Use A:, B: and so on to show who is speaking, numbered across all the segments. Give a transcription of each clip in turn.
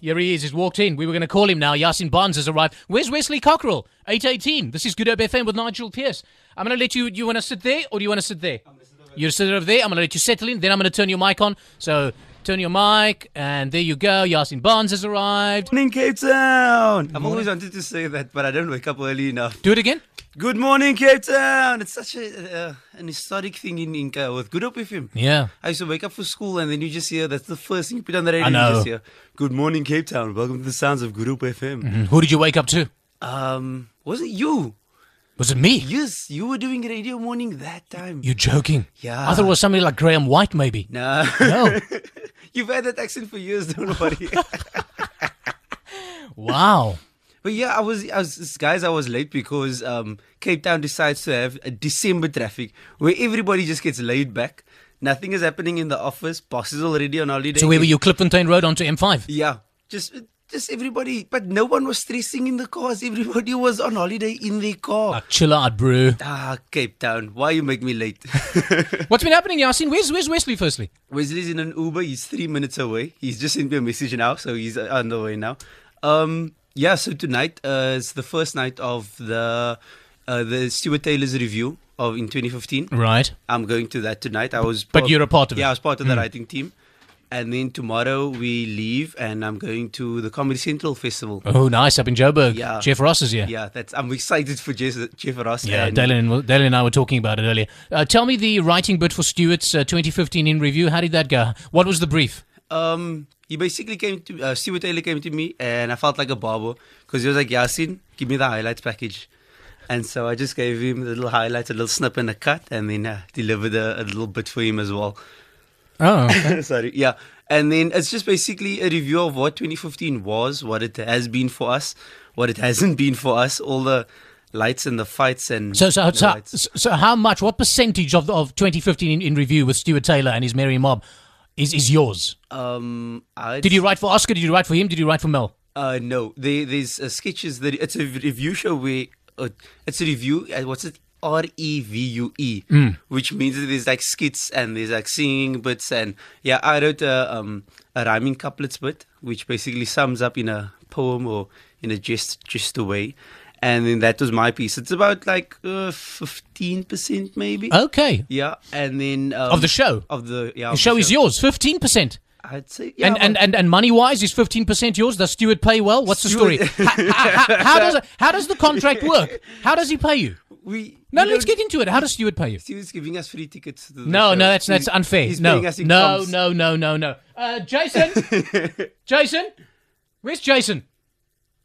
A: here he is. He's walked in. We were going to call him now. Yasin Barnes has arrived. Where's Wesley Cockrell? 818. This is Good Up FM with Nigel Pearce. I'm going to let you. You want to sit there or do you want to sit there? You sit over there. I'm going to let you settle in. Then I'm going to turn your mic on. So turn your mic, and there you go. Yasin Barnes has arrived.
B: Morning, Cape Town. I've always wanted to say that, but I don't wake up early enough.
A: Do it again.
B: Good morning, Cape Town. It's such a uh, an historic thing in Inca with Good Up with him.
A: Yeah.
B: I used to wake up for school and then you just hear that's the first thing you put on the radio.
A: I know.
B: You just hear, Good morning, Cape Town. Welcome to the sounds of Group FM.
A: Mm, Who did you wake up to?
B: Um, was it you?
A: Was it me?
B: Yes, you were doing radio morning that time.
A: You're joking.
B: Yeah.
A: I thought it was somebody like Graham White, maybe.
B: nah,
A: No.
B: you've had that accent for years. Don't worry.
A: wow.
B: But yeah, I was, I was, guys, I was late because um, Cape Town decides to have a December traffic where everybody just gets laid back. Nothing is happening in the office. Boss is already on holiday.
A: So where were you? Clipfontaine Road onto M5.
B: Yeah, just, just everybody. But no one was stressing in the cars. Everybody was on holiday in their car.
A: Ah, chill out, bro.
B: Ah, Cape Town, why you make me late?
A: What's been happening, Yasin? Where's Where's Wesley? Firstly,
B: Wesley's in an Uber. He's three minutes away. He's just sent me a message now, so he's uh, on the way now. Um, yeah, so tonight uh, it's the first night of the uh, the Stuart Taylor's review of in 2015.
A: right?
B: I'm going to that tonight. I was,
A: But you're a part of it. Hmm.
B: Yeah, I was part of the writing team. And then tomorrow we leave, and I'm going to the Comedy Central Festival.
A: Oh, nice up in Joburg.
B: Yeah.
A: Jeff Ross is here.
B: Yeah, that's. I'm excited for Jeff, Jeff Ross.
A: Yeah,
B: and-
A: Dalen, and- Dalen and I were talking about it earlier. Uh, tell me the writing bit for Stewart's uh, 2015 in review. How did that go? What was the brief?
B: Um, he basically came to uh, Stuart Taylor came to me, and I felt like a barber because he was like, "Yasin, give me the highlights package," and so I just gave him the little highlights, a little snip and a cut, and then uh, delivered a, a little bit for him as well.
A: Oh,
B: Sorry, yeah, and then it's just basically a review of what 2015 was, what it has been for us, what it hasn't been for us, all the lights and the fights and
A: so so
B: the
A: so,
B: lights.
A: so so how much? What percentage of the, of 2015 in, in review with Stuart Taylor and his Mary Mob is is yours?
B: um, I'd
A: Did you write for Oscar? Did you write for him? Did you write for Mel?
B: Uh, no, there, there's uh, sketches that it's a review show where uh, it's a review. Uh, what's it? R E V U E,
A: Hmm.
B: which means that there's like skits and there's like singing bits and yeah, I wrote a um a rhyming couplets bit, which basically sums up in a poem or in a gist just a way, and then that was my piece. It's about like uh, fifteen percent maybe.
A: Okay,
B: yeah, and then um,
A: Uh. Of the show?
B: of the yeah
A: the show is yours, 15 percent.
B: I'd say yeah,
A: And,
B: about-
A: and, and, and money wise is fifteen percent yours. Does Stewart pay well? What's
B: Stewart-
A: the story? how, how, how does how does the contract work? How does he pay you?
B: we
A: No,
B: we
A: let's
B: don't-
A: get into it. How does Stewart pay you?
B: Steve's giving us free tickets. To the
A: No,
B: show.
A: no, that's that's
B: He-
A: unfair.
B: He's
A: no,
B: paying us in
A: no,
B: comps.
A: no, no, no, no. Uh, Jason, Jason, where's Jason?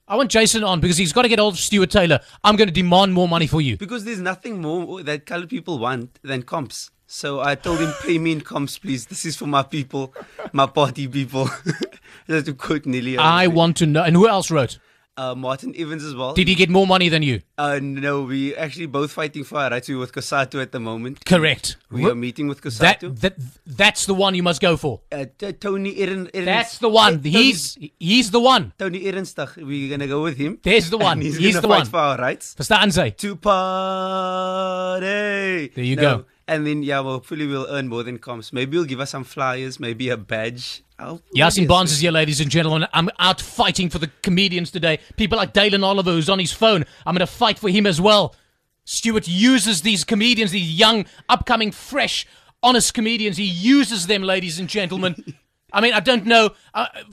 A: I want Jason on because he's got to get hold of Stuart Taylor. I'm going to demand more money for you.
B: Because there's nothing more that colored people want than comps. So I told him, pay me in comps, please. This is for my people, my party people. That's to quote Nelly.
A: I want to know. And who else wrote?
B: uh, Martin Evans as well.
A: Did he get more money than you?
B: uh, no, we actually both fighting for our rights. We're with Kosato at the moment.
A: Correct.
B: We are meeting with
A: That,
B: Kosato.
A: that that's the one you must go for.
B: uh, T- Tony Eren. Eren
A: That's the one.
B: Tony-
A: He's he's the one.
B: Tony Ehrenstach. We're gonna go with him.
A: There's the
B: And
A: one.
B: He's,
A: He's
B: gonna
A: the
B: fight
A: one.
B: for our rights.
A: Verstaan Sie?
B: to party.
A: There you go.
B: And then yeah, well, hopefully we'll earn more than comps. Maybe we'll give us some flyers, maybe a badge. Oh,
A: Yasin
B: yes.
A: Barnes is here, ladies and gentlemen. I'm out fighting for the comedians today. People like Dalen Oliver, who's on his phone. I'm going to fight for him as well. Stewart uses these comedians, these young, upcoming, fresh, honest comedians. He uses them, ladies and gentlemen. I mean, I don't know. I,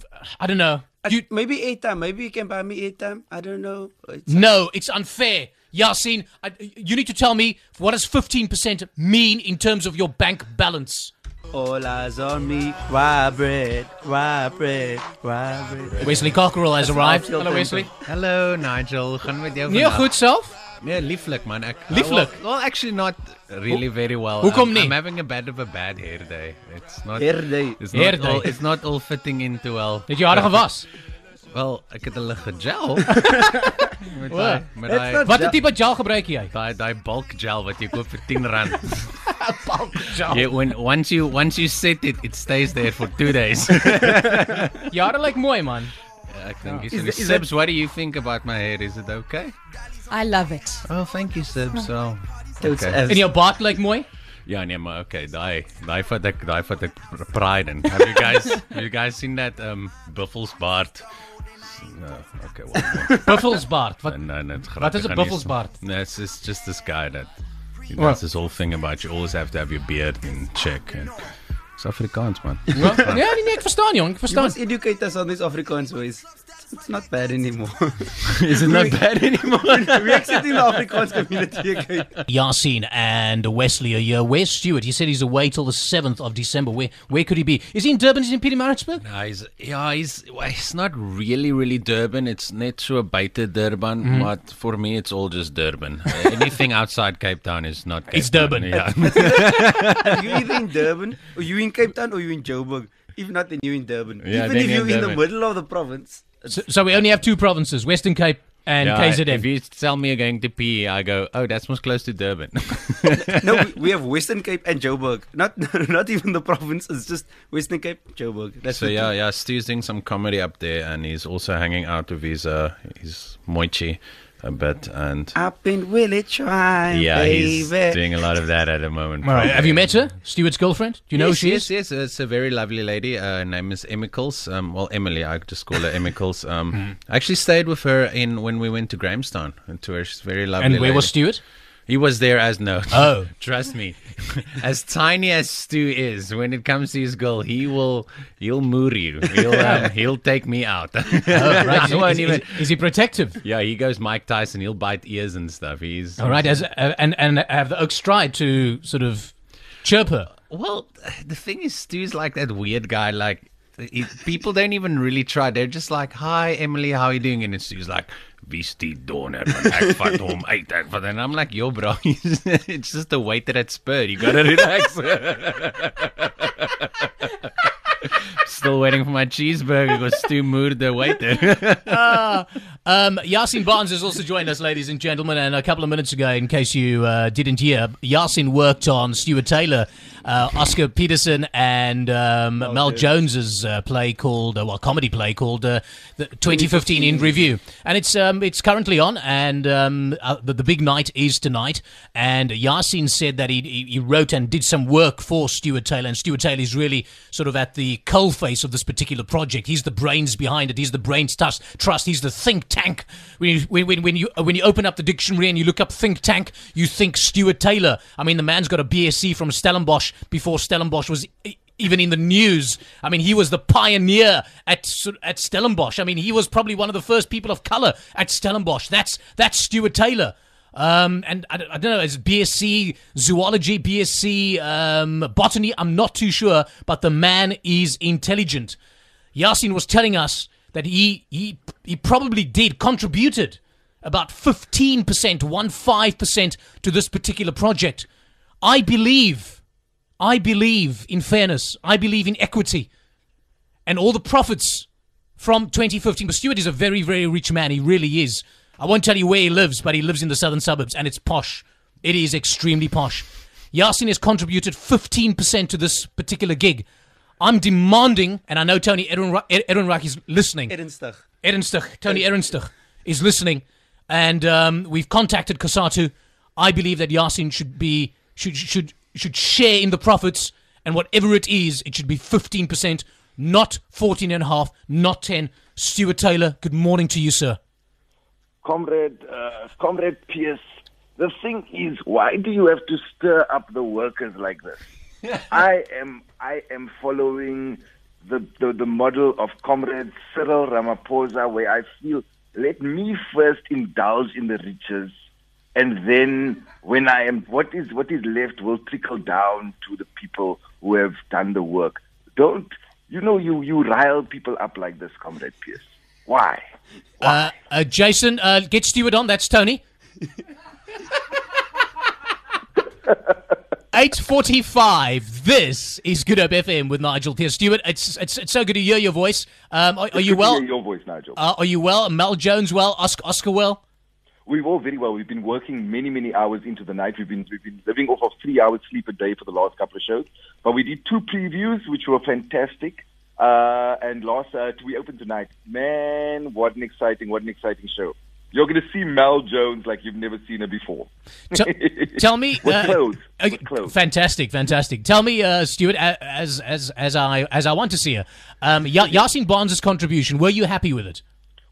A: I don't know. You,
B: Maybe eight time. Maybe you can buy me eight time. I don't know. It's-
A: no, it's unfair. Yasin, I, you need to tell me what does 15% mean in terms of your bank balance?
B: All eyes on me. Why bread? Why bread? Why bread?
A: Wesley Cockerell has arrived.
B: Armfield
A: Hello, Wesley.
C: Hallo Nigel, hoe gaan met jou
A: Near
C: vandag?
A: good self.
C: Nee, lieflik man. Ek
A: Lieflik?
C: Well, well, actually not really very well.
A: hoekom
C: I'm,
A: nie?
C: I'm having a bit of a bad hair day. It's not
B: Hair day?
C: It's
A: Hair
C: not
A: day.
C: all it's not all fitting into well.
A: Het jy hare gewas?
C: Wel, ek het hulle gegel. met
A: Wow.
C: daai
B: That's not-
C: met daai
A: Watter tipe gel gebruik jy?
C: daai daai bulk gel wat jy koop vir 10 rand.
A: Gel.
C: Jy when once you once you set it, it stays there for 2 days.
A: Jare lyk mooi man.
C: ek dink
B: Is-
C: yeah.
B: is
C: Sibs, what do you think about my hair? Is it okay?
D: I love it.
C: Oh, thank you Sibs. Oh.
B: It's
C: Okay.
B: as-
A: En jou baard lyk mooi.
C: Ja nee maar okay, daai daai vat ek daai vat ek pride in. Have you guys have you guys seen that um Buffels Bart? No, okay, well.
A: Buffelsbaard. Wat
C: And then it's
A: Wat is 'n buffelsbaard?
C: No, it's, it's just this guy that you know, that's this whole thing about you always have to have your beard in check and it's Afrikaans man.
A: Ja, nee, nee, nee, ek verstaan jong, ek
B: You
A: verstaan.
B: must educate us on these Afrikaans ways. It's- It's not bad anymore.
C: Is it not bad anymore?
B: we exit in the Afrikaans community again.
A: Yasin and Wesley are here. Where's Stewart? He said he's away till the 7th of December. Where where could he be? Is he in Durban? Is he in Peter Maritzburg?
C: Nah, he's, ja, he's, well, it's not really, really Durban. It's net so buiten Durban,
A: Mhm.
C: but for me, it's all just Durban. Uh, Anything outside Cape Town is not Cape
A: It's
C: Town,
A: Durban.
C: Yeah.
B: Are you either in Durban, or you in Cape Town, or you in Joburg? If not, then you in Durban.
C: Yeah,
B: Even
C: then
B: if
C: you're
B: you're
C: in
B: in the
C: Durban.
B: middle of the province,
A: So, so we only have two provinces, Western Cape and
C: Yeah, If
A: KZN.
C: you tell me you're going to PE, I go, oh, that's most close to Durban.
B: no, we, we have Western Cape and Joburg. Not not even the province. It's just Western Cape, Joburg. That's
C: so,
B: the
C: yeah, yeah, Stu's doing some comedy up there, and he's also hanging out with his, uh, his Moichi a bit. And
B: two. Up in Willie try,
C: yeah, he's
B: baby.
C: doing a lot of that at the moment.
A: Right. Have you met her? Stewart's girlfriend? Do you know
C: yes,
A: who she
C: yes,
A: is?
C: Yes, It's a very lovely lady. Uh, her name is Emmicles. Um, well, Emily, I just call her Emmicles. Um,
A: Hmm.
C: I actually stayed with her in when we went to Grahamstown. And to her, she's a very lovely.
A: And where was
C: lady.
A: Stewart?
C: He was there as no.
A: Oh.
C: trust me. as tiny as Stu is, when it comes to his girl, he will he'll moor you. He'll um, he'll take me out.
A: Oh, Right.
C: I won't
A: Is, is-
C: even-
A: is he protective?
C: yeah, he goes Mike Tyson. He'll bite ears and stuff. He's
A: All right, as, uh, and and have the Oaks tried to sort of chirp her?
C: Well, the thing is, Stu's like that weird guy. Like, he, people don't even really try. They're just like, "Hi, Emily, how are you doing?" And it's Stu's like, "Wie's die doner van ek vat hom uit ek vat." And I'm like, "Yo, bro, it's just the weight that at spurred. You gotta relax." Still waiting for my cheeseburger because Stu moved the waiter.
A: Um, Yasin Barnes has also joined us, ladies and gentlemen. And a couple of minutes ago, in case you uh, didn't hear, Yasin worked on Stuart Taylor, uh, Oscar Peterson, and um, Mel Jones's uh, play called, uh, well, comedy play called uh, the 2015 in Review. And it's um, it's currently on, and um, uh, the, the big night is tonight. And Yasin said that he, he he wrote and did some work for Stuart Taylor, and Stuart Taylor is really sort of at the coalface of this particular project. He's the brains behind it. He's the brains trust. Trust. He's the think tank. When you, when, when, when you uh, when you open up the dictionary and you look up think tank, you think Stuart Taylor. I mean, the man's got a BSc from Stellenbosch before Stellenbosch was. e- Even in the news, I mean, he was the pioneer at sor- at Stellenbosch. I mean, he was probably one of the first people of color at Stellenbosch. That's that's Stuart Taylor. Um, and I, don't- I don't know, it's BSc zoology, BSc um, botany. I'm not too sure, but the man is intelligent. Yasin was telling us that he he he probably did contributed about 15%, 15% to this particular project. I believe, I believe in fairness. I believe in equity, and all the profits from 2015. But Stewart is a very, very rich man. He really is. I won't tell you where he lives, but he lives in the southern suburbs and it's posh. It is extremely posh. Yasin has contributed 15% to this particular gig. I'm demanding, and I know Tony Edwin Edwinreich is listening.
B: Ernstig.
A: Ernstich, Tony Ernstich is listening, and um, we've contacted Kasatu. I believe that Yasin should be should should should share in the profits, and whatever it is, it should be fifteen percent, not fourteen and a half, not ten. Stuart Taylor, good morning to you, sir.
D: Comrade, uh, Comrade Pierce, the thing is, why do you have to stir up the workers like this? I am, I am following the, the, the model of Comrade Cyril Ramaphosa, where I feel, let me first indulge in the riches, and then when I am, what is, what is left will trickle down to the people who have done the work. Don't, you know, you, you rile people up like this, Comrade Pierce. Why?
A: Uh, uh, Jason, uh, get Stuart on. That's Tony. Eight forty-five. This is Good Up FM with Nigel Pierce. Stuart, it's it's, it's so good to hear your voice. Um, are, are you
D: Good to
A: well?
D: hear Your voice, Nigel.
A: Uh, are you well? Mel Jones well? Oscar, Oscar well?
D: We've all very well. We've been working many, many hours into the night. We've been we've been living off of three hours sleep a day for the last couple of shows. But we did two previews, which were fantastic. Uh, and last uh, we opened tonight. Man, what an exciting, what an exciting show!
E: You're going to see Mel Jones like you've never seen her before.
A: Tell, tell me,
E: With
A: uh,
E: clothes.
A: uh,
E: With clothes.
A: fantastic, fantastic. Tell me, uh, Stuart, a- as as as I as I want to see her, um, Ya Yasin Barnes' contribution. Were you happy with it?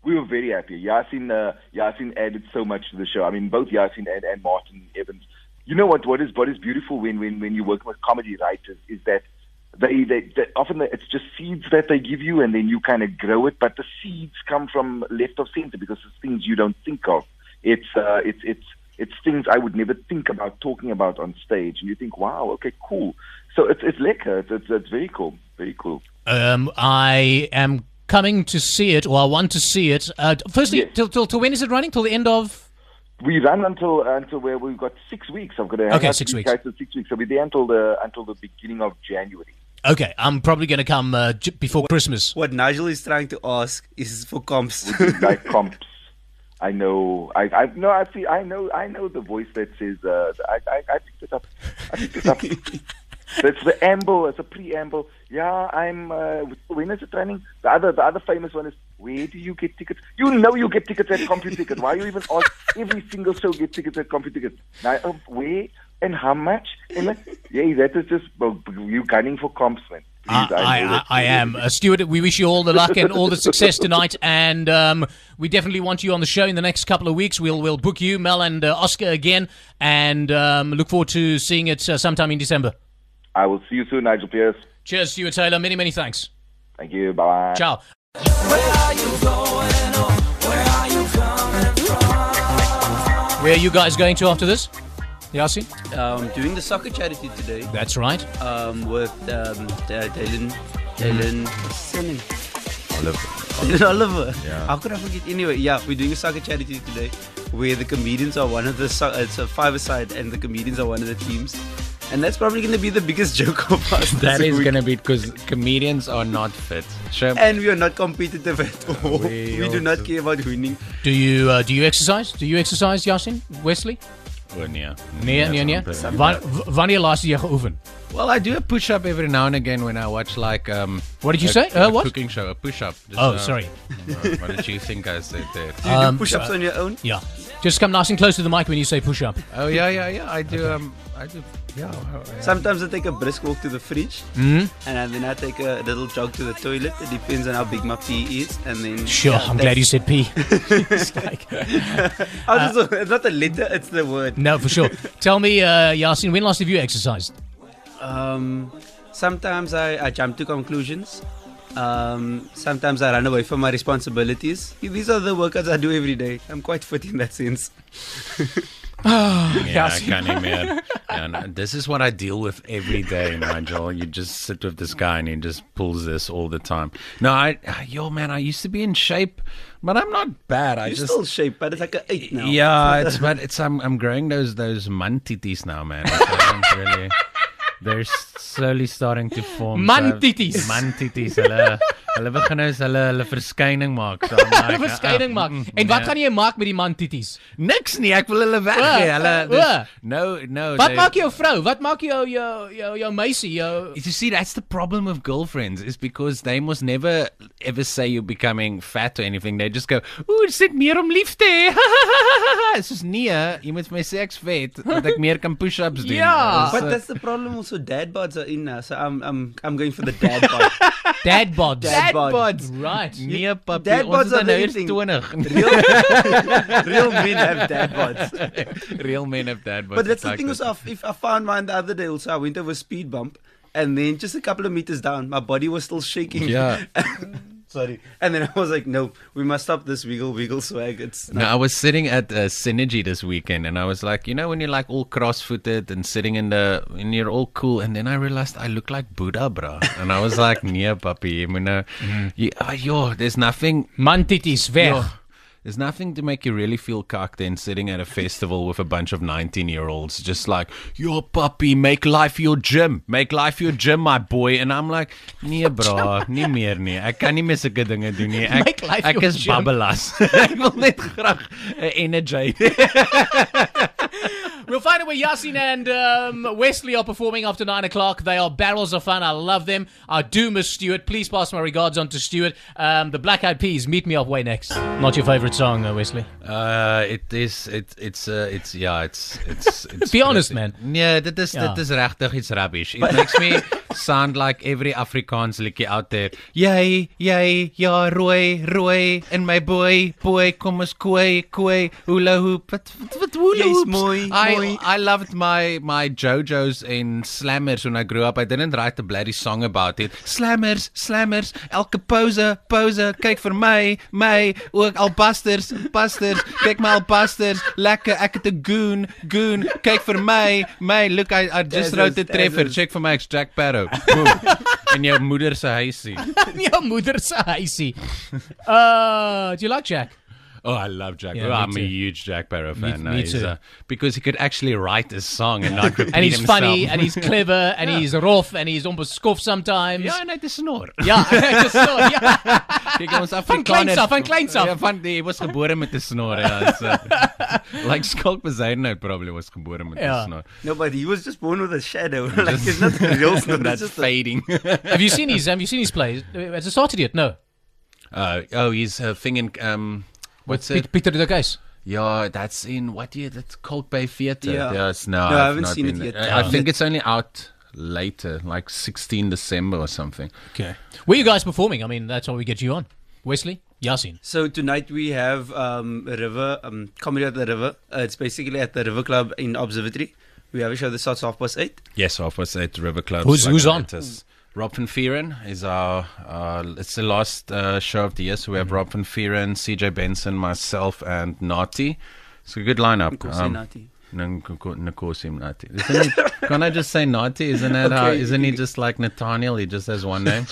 E: We were very happy. Yasin, uh, Yasin added so much to the show. I mean, both Yasin and, and Martin Evans. You know what? What is what is beautiful when when when you work with comedy writers is that they they, they often it's just seeds that they give you, and then you kind of grow it. But the seeds come from left of center because it's things you don't think of. It's uh, it's it's it's things I would never think about talking about on stage, and you think, wow, okay, cool. So it's it's lekker. It's it's, it's very cool. Very cool.
A: Um, I am coming to see it, or I want to see it. Uh, firstly,
E: Yes.
A: till, till till when is it running? Till the end of
E: We run until until where we've got six weeks. I've got to hang
A: Okay,
E: out
A: six
E: with you
A: weeks.
E: Guys, for six weeks. So we're there until the until the beginning of January.
A: okay. I'm probably going to come uh, j- before Christmas.
B: What Nigel is trying to ask is for comps.
E: like comps. I know. I I no. I feel. I know. I know the voice that says. Uh, I, I I picked it up. I picked it up. That's the amble. It's a preamble. Yeah, I'm. Uh, when is it running? The other the other famous one is. Where do you get tickets? You know you get tickets at CompuTicket. Why you even ask? Every single show get tickets at CompuTicket. Now um, where and how much? And like, yeah, that is just you gunning for comps, man.
A: I,
E: Please,
A: I, I,
E: know that.
A: I am uh, Stuart. We wish you all the luck and all the success tonight, and um, we definitely want you on the show in the next couple of weeks. We'll we'll book you, Mel and uh, Oscar again, and um, look forward to seeing it uh, sometime in December.
E: I will see you soon, Nigel Pierce.
A: Cheers, Stuart Taylor. Many many thanks.
E: Thank you. Bye bye.
A: Ciao. oh? Where are you guys going to after this? Yasin?
B: um, doing the soccer charity today
A: That's right.
B: um, with um, Da- Dylan.
C: Hmm.
B: Dylan. What's his name? Dylan Oliver.
C: Yeah.
B: How could I forget? Anyway, yeah, we're doing a soccer charity today where the comedians are one of the. So- it's a five side and the comedians are one of the teams. And that's probably going to be the biggest joke of us.
C: That
B: this
C: is
B: week.
C: going to be because comedians are not fit. Sure.
B: And we are not competitive at all. We,
C: We
B: do
C: also-
B: not care about winning.
A: Do you uh, do you exercise? Do you exercise, Yasin? Wesley?
C: Oh, nee.
A: Nee, nee, nee. Wa- w- Wanneer laatst jy geoefen?
C: Well, I do a push up every now and again when I watch like um.
A: What did you
C: a-
A: say? Uh,
C: a
A: what?
C: cooking show? A push up.
A: Oh, sorry.
C: what did you think I said there?
B: Do you
A: Um,
B: do push ups
C: uh,
B: on your own?
A: Yeah. Just come nice and close to the mic when you say push up.
C: oh yeah, yeah, yeah. I do. Um, I do. Yeah.
B: Sometimes I take a brisk walk to the fridge,
C: Hmm?
B: and then I take a little jog to the toilet. It depends on how big my pee is, and then
A: Sure,
B: yeah,
A: I'm glad you
B: that's-
A: said pee. It's like-
B: I was just- it's not the letter, it's the word.
A: no, for sure. Tell me, uh, Yasin, when last have you exercised?
B: Um, sometimes I, I jump to conclusions. Um, sometimes I run away from my responsibilities. These are the workouts I do every day. I'm quite fit in that sense.
C: Yeah, I can't even. Yeah, no, this is what I deal with every day, Nigel. You just sit with this guy and he just pulls this all the time. No, I, uh, yo, man, I used to be in shape, but I'm not bad. I
B: You're
C: just
B: still shape, but it's like a eight now.
C: Yeah, it's but it's I'm I'm growing those those mantitis now, man. Which I don't really, they're slowly starting to form.
A: Mantities.
C: So, mantities. Hulle hulle begin nou hulle hulle verskyning maak. So I'm like,
A: Verskyning
C: uh,
A: maak.
C: mm, mm,
A: En wat
C: nee.
A: gaan jy maak met die man titties?
C: Niks nie. Ek wil hulle weggee.
A: O,
C: Hulle
A: o,
C: dis- no no.
A: Wat
C: they-
A: maak jou vrou? Wat maak jou jou jou jou meisie? Jou
C: You see, that's the problem with girlfriends is because they must never ever say you're becoming fat or anything. They just go, "Ooh, sit meer om liefde." It's just nee, jy moet vir my sê ek's vet, dat ek meer kan push-ups doen.
A: Ja.
C: Dis,
B: But
C: uh,
B: that's the problem. Also, dad bods are in now, so I'm I'm I'm going for the dad bod.
A: dad bods.
B: Dad bod.
C: bods.
A: Right.
C: Nee, papi,
B: dad
C: ons
B: bods
C: is
B: are
C: nou
B: the
C: eers
B: thing.
C: 20.
B: Real, real men have dad bods.
C: Real men have dad bods.
B: But that's
C: It's
B: the
C: like
B: thing
C: this.
B: also, if- if I found mine the other day also, I went over a speed bump and then just a couple of meters down, my body was still shaking.
C: Yeah.
B: Sorry. And then I was like, no, we must stop this wiggle wiggle swag. It's
C: No, I was sitting at uh, Synergy this weekend, and I was like, you know, when you're like all cross-footed and sitting in the, and you're all cool, and then I realized I look like Buddha, bro. And I was like, nee, papi, you know, you, oh, yo, there's nothing,
A: Man titties weg.
C: yo, there's nothing to make you really feel cocked than sitting at a festival with a bunch of 19-year-olds, just like, yo, puppy, make life your gym, make life your gym, my boy. And I'm like, nee, bro, nie meer nie. Ek kan nie meer sulke dinge doen nie. Ek,
A: Make life
C: ek
A: your
C: is
A: gym.
C: babbelas. ek wil net graag 'n energy
A: We'll find out where Yasin and um, Wesley are performing after nine o'clock. They are barrels of fun. I love them. I do miss Stuart. Please pass my regards on to Stuart. Um, the Black Eyed Peas. Meet me halfway next. Not your favorite song, though, Wesley.
C: Uh, it is it it's uh, it's yeah it's it's, it's
A: Be honest, man.
C: Yeah, dit is dit
A: Ja.
C: is regtig iets rubbish. It makes me sound like every Afrikaans liedjie out there. Jy jy ja rooi rooi in my boy boy kom ons koei koei hula hoop. Wat wat, wat hula
B: Jy's
C: hoops?
B: mooi,
C: I
B: mooi.
C: I loved my my JoJo's and slammers when I grew up. I didn't write a bloody song about it. Slammers, slammers, elke pose, pose, kyk vir my, my, ook albasters, basters, kyk my albasters, lekker, ek het 'n goon, goon, kyk vir my, my, look I I just
B: Yes,
C: wrote the
B: yes,
C: treffer,
B: yes.
C: check vir my ek's Jack Sparrow. Boom. In jou moeder se huisie.
A: Your mother's icy. Uh, do you like Jack?
C: Oh, I love Jack.
A: Yeah,
C: oh,
A: me
C: I'm
A: too.
C: a huge Jack Sparrow
A: Me-
C: fan.
A: me
C: Uh, he's,
A: too.
C: uh, because he could actually write a song and not repeat
A: And he's
C: himself.
A: funny, and he's clever, and he's rough, and he's almost scoff sometimes.
C: Ja, en hy het 'n snor.
A: Yeah, I just saw, yeah.
C: Kyk ons
A: Van kleins af, van kleins af.
C: Ja, van die was gebore met 'n snor, ja. So, like Skulk Bezaidnout probably was gebore met 'n
A: Ja.
C: snor.
B: No, but he was just born with a shadow. like it's not a real snow. That's
C: That's
B: just a,
C: fading.
A: Have you seen his? Have you seen his plays? Has it started yet? No.
C: uh, oh, he's uh, thinking um what's
A: Pe-
C: it?
A: Peter the Case.
C: Yeah, that's in what year? That's Skulk Bay Theatre.
B: Yeah.
C: Yes, no,
B: No, I
C: I've
B: haven't
C: not
B: seen it
C: been-
B: yet.
C: I, I
B: Yeah.
C: think it's only out later, like 16 December or something.
A: Okay. Where you guys performing? I mean, that's how we get you on. Wesley, Yasin.
B: so tonight we have um, a river um, comedy at the river. Uh, it's basically at the River Club in Observatory. We have a show that starts half past eight.
C: Yes, half past eight, River Club.
A: Who's- who's on?
C: Rob Van Vieren is our, uh, it's the last uh, show of the year. So we have
A: Mm-hmm.
C: Rob Van Vieren, CJ Benson, myself, and Nati. It's a good lineup. Um,
B: Nkosi Nati.
C: N- Nko- Nkosi Nati. Isn't it, can I just say Nati? Isn't that how,
B: Okay, you
C: isn't he
B: can-
C: just like Nathaniel? He just has one name.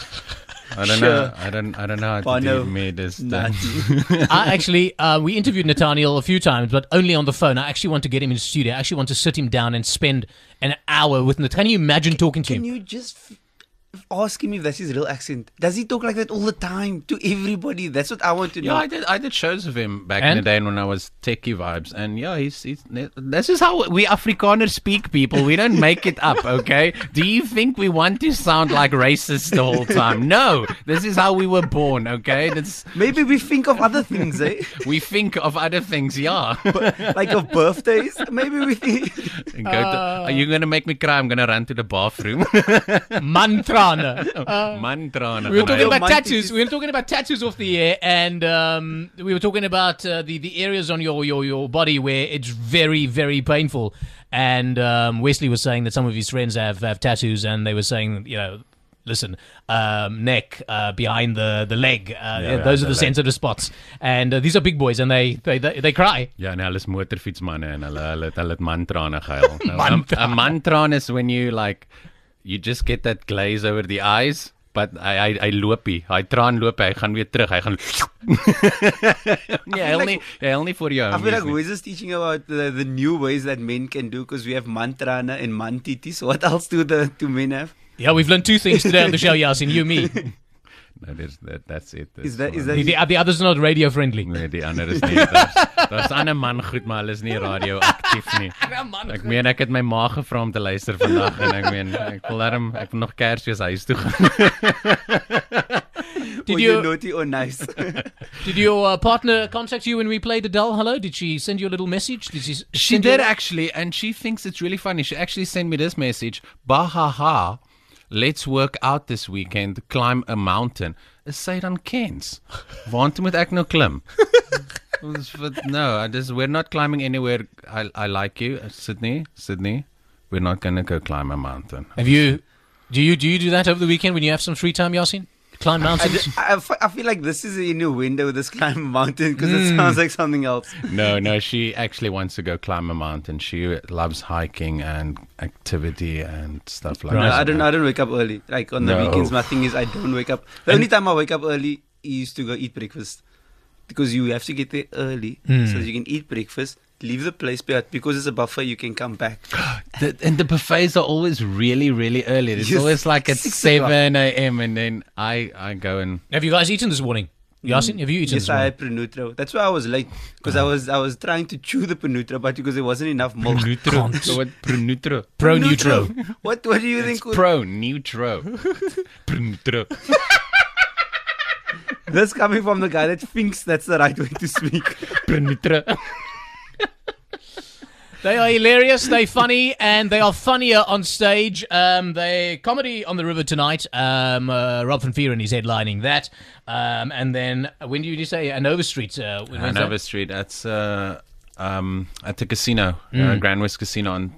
C: I don't know.
B: Sure.
C: I don't. I don't know how to
B: Bono
C: do mid this
B: Nati.
C: stuff.
A: I actually, uh, we interviewed Nathaniel a few times, but only on the phone. I actually want to get him in the studio. I actually want to sit him down and spend an hour with Nathaniel. Can you imagine talking to him?
B: Can you just f- ask him if that's his real accent? Does he talk like that all the time to everybody? That's what I want to
C: Yeah,
B: know.
C: I did. I did shows of him back in
A: And?
C: the day when I was techie vibes, and yeah, he's, he's this is how we Afrikaners speak, people. We don't make it up, okay? Do you think we want to sound like racists the whole time? No, this is how we were born, okay? That's
B: Maybe we think of other things, eh?
C: we think of other things, yeah.
B: like of birthdays. Maybe we think.
C: And go to, are you
A: uh,
C: gonna make me cry? I'm gonna run to the bathroom.
A: Mantrana.
C: Mantra.
A: uh, We were talking
B: Your
A: about
B: mind
A: tattoos.
B: is-
A: We were talking about tattoos off the air, and um, we were talking about uh, the the areas on your, your your body where it's very very painful. And um, Wesley was saying that some of his friends have have tattoos, and they were saying, you know, listen, um, neck, uh, behind the the leg, uh, those
C: yeah,
A: are the
C: the
A: sensitive spots. And uh, these are big boys, and they they they, they cry.
C: Ja, en hulle is motorfietsmanne en hulle hulle het hulle het mantrane gehuil. Nou, 'n-
A: Mantrane.
C: 'n mantraan is when you like you just get that glaze over the eyes, but hy hy hy loop hy. Hy traan loop hy, hy gaan weer terug. Hy gaan Nee, hy nie hy hel nie vir jou.
B: I feel like
C: homies nie.
B: Wiz is teaching about the, the new ways that men can do because we have mantrana and mantiti. So what else do the do men have?
A: Yeah, we've learned two things today on the show, Yasin. You, and me.
C: No, there's Nou, that that's it.
B: Is that is
C: that
B: that?
A: The, the others are not radio friendly.
C: Nee, die ander is nie. Daar's daar's ander man goed, maar hulle is nie radio aktief nie. Ek meen ek het my ma gevra om te luister vandag en ek meen ek wil darm ek wil nog Kersfees huis toe gaan.
A: Did
B: or you
A: you
B: naughty or nice?
A: Did your uh, partner contact you when we played Adele Hello? Did she send you a little message? Did she? s-
C: She
A: send
C: did
A: You...
C: actually, and she thinks it's really funny. She actually sent me this message: "Bahaha, let's work out this weekend. Climb a mountain." Is sy dan kens? Want moet ek nou klim? Ons wat- no, I just, we're not climbing anywhere. I, I like you, uh, Sydney. Sydney, we're not gonna go climb a mountain.
A: Have you? Do you do you do that over the weekend when you have some free time, Yasin? Climb
B: I,
A: mountains.
B: ju- I f- I feel like this is a new window. This climb a mountain because it sounds like something else.
C: No, no, she actually wants to go climb a mountain. She loves hiking and activity and stuff like
B: No,
C: that.
B: I don't. I don't wake up early. Like on the
C: No.
B: weekends, my thing is I don't wake up. The only time I wake up early is to go eat breakfast, because you have to get there early so that you can eat breakfast, leave the place, but because it's a buffet, you can come back.
C: The, and the buffets are always really, really early. It's
B: Yes.
C: always like at
B: Six o'clock.
C: seven a.m. and then I I go and
A: have you guys eaten this morning? Yasin, have you eaten
B: Yes,
A: this
B: I
A: one?
B: had Pranutro. That's why I was late because I was I was trying to chew the Pranutro, but because there wasn't enough
A: Oh,
B: milk.
A: Can't.
C: So what? Pronutro.
A: Pro neutro.
B: What What do you think? would-
C: Pro neutro. Pronutro.
B: That's coming from the guy that thinks that's the right way to speak.
C: Pronutro.
A: They are hilarious. They funny, and they are funnier on stage. Um, they comedy on the river tonight. Um, uh, Rob van Vieren is headlining that, um, and then uh, when did you say Anova Street? Uh, when- when's that?
C: Hanover Street. That's uh, um, at the casino,
A: Mm.
C: uh, Grand West Casino on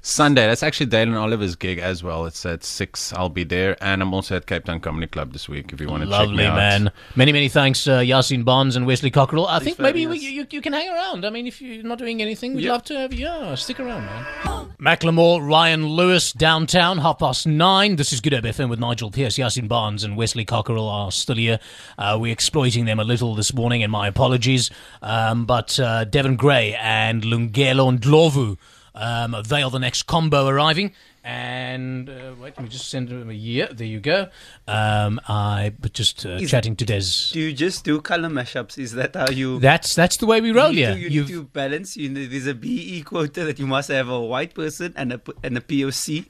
C: Sunday. That's actually Dale and Oliver's gig as well. It's at six. I'll be there, and I'm also at Cape Town Comedy Club this week. If you want to check me
A: Lovely
C: out.
A: man. Many many thanks, uh, Yasin Bonds and Wesley Cockerell. I think maybe we,
B: fabulous.
A: you you can hang around. I mean, if you're not doing anything, we'd love to have you. Yeah, stick around, man. Macklemore, Ryan Lewis, downtown, half past nine. This is Good Hope FM with Nigel Pearce, Yasin Barnes, and Wesley Cockerell are still here. Uh, we're exploiting them a little this morning, and my apologies. Um, but uh, Devon Gray and Lungelo and Dlovu, um, they are the next combo arriving. And uh, wait, let me just send them a year. There you go. Um, I but just uh, chatting to Des.
B: do you just do color mashups? Is that how you?
A: That's that's the way we roll
B: you
A: here.
B: do- you
A: You've-
B: need to balance. You know, there's a BE quota that you must have a white person and a p- and a POC,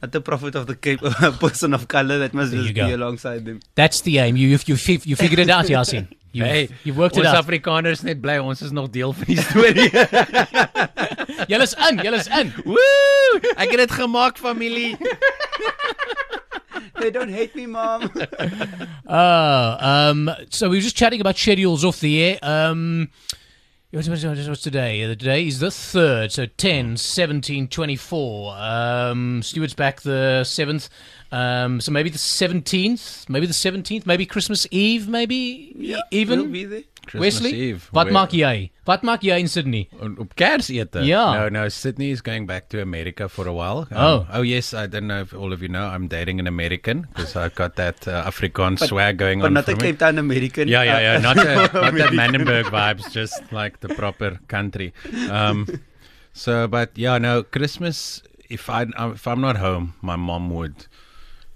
B: at the prophet of the Cape, a person of color that must
A: you
B: just
A: go.
B: be alongside them.
A: That's the aim. You you've, you fi- you figured it out, Yasin. You
C: Hey,
A: you worked it
C: ons
A: out.
C: Afrikaners net bly ons is nog deel van die storie.
A: Jy's in, jy's in.
C: Woo! Ek het dit gemaak familie.
B: They don't hate me, mom.
A: Oh, um, so we were just chatting about schedules off the air. Um, what's, what's- what's- what's today? Uh, Today is the 3rd, so 10, 17, 24. Um, Stuart's back the 7th. Um, so maybe the 17th, maybe the 17th, maybe Christmas Eve, maybe e- even.
B: We'll be there.
A: Wesley,
C: Eve,
A: wat
C: where-
A: maak jy? Wat maak jy in Sydney?
C: On- Op Kersete.
A: Yeah.
C: No, no, Sydney is going back to America for a while. Um,
A: Oh.
C: Oh, yes. I don't know if all of you know. I'm dating an American because I've got that uh, Afrikaans swag going
B: But
C: on.
B: not
C: for
B: a
C: me.
B: Cape Town American.
C: Yeah, yeah, yeah.
B: Uh,
C: Not, a, not that Mandenberg vibes, just like the proper country. Um, so, but yeah, no, Christmas, if, I, if I'm not home, my mom would,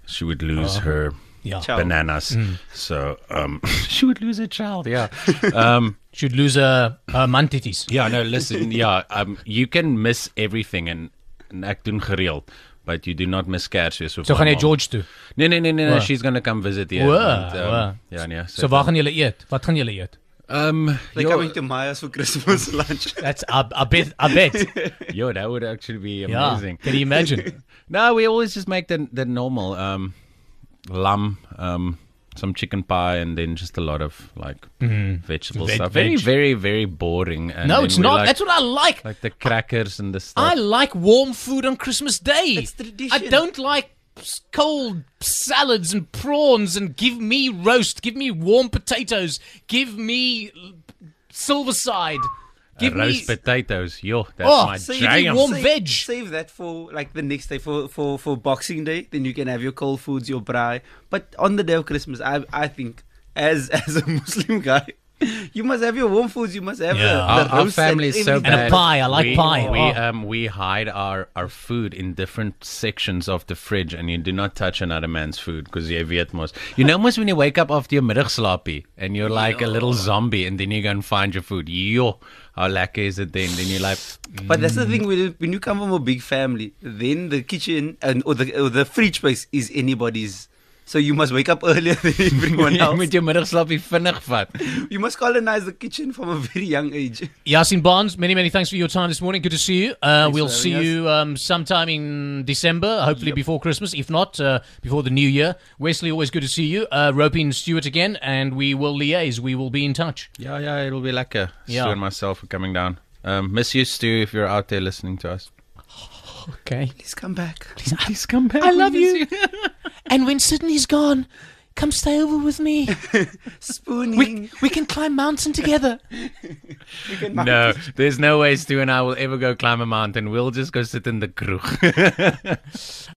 C: she would lose
A: Oh.
C: her
A: Yeah.
B: Ciao.
C: bananas.
A: Mm.
C: So, um, she would lose her child, yeah. Um,
A: Should lose a uh, mantities.
C: Yeah, no, listen, yeah, um you can miss everything and and ek doen gereeld, but you do not miss Kersfees of
A: So gaan jy George toe.
C: Nee nee nee nee,
A: Wow.
C: no, she's going to come visit here.
A: Wow,
C: and, um,
A: wow.
C: Ja nee.
A: So waar gaan julle eet? Wat gaan julle eet?
C: Um
B: They're
C: yo,
B: coming to Maya's for Christmas lunch.
A: That's I, I bet I bet.
C: yo, that would actually be
A: yeah.
C: amazing.
A: Can you imagine?
C: No, we always just make the the normal um lamb um some chicken pie and then just a lot of like vegetable
A: Mm. Veg-
C: stuff. Very
A: veg.
C: very very boring. And
A: No,
C: then
A: it's
C: we
A: not.
C: Like,
A: That's what I like.
C: like the crackers and the stuff.
A: I like warm food on Christmas Day.
B: It's tradition.
A: I don't like s- cold salads and prawns and give me roast, give me warm potatoes, give me l- silverside, give
C: roast
A: me
C: potatoes. Yo, that's
A: Oh,
C: my
A: so you
C: jam.
A: do warm
B: save,
A: veg.
B: Save that for like the next day for, for, for Boxing Day. Then you can have your cold foods, your braai. But on the day of Christmas, I I think as as a Muslim guy, you must have your warm foods. You must have
A: Yeah.
B: the, the
C: our, our
B: roast and
C: family is so
B: everything.
A: And a
C: bad.
A: pie, I like
C: we,
A: pie.
C: We
A: Oh.
C: um we hide our our food in different sections of the fridge, and you do not touch another man's food because you weet mos. You know, mos when you wake up after your middagslaapie and you're like a little zombie, and then you go and find your food. Yo, how lekker is it then? Then you're like,
B: But that's the thing when when you come from a big family, then the kitchen and or the or the fridge space is anybody's. So you must wake up earlier than everyone
C: jy
B: else.
C: moet jou middagslaapie vinnig vat.
B: You must colonize the kitchen from a very young age.
A: Yasin Barnes, many, many thanks for your time this morning. Good to see you. Uh, we'll
B: for
A: see
B: having us.
A: you um, sometime in December, hopefully before Christmas, if not, uh, before the new year. Wesley, always good to see you. Uh, Roping Stewart again, and we will liaise. We will be in touch.
C: Yeah, yeah, it'll be lekker.
A: Yeah.
C: Yeah. Stu and myself for coming down. Um, miss you, Stu, if you're out there listening to us.
A: Okay.
B: Please come back.
C: Please come back.
A: I love you. and when Sydney's gone, come stay over with me.
B: Spooning.
A: We, we can climb mountain together.
C: No, there's no way Stu and I will ever go climb a mountain. We'll just go sit in the kroeg.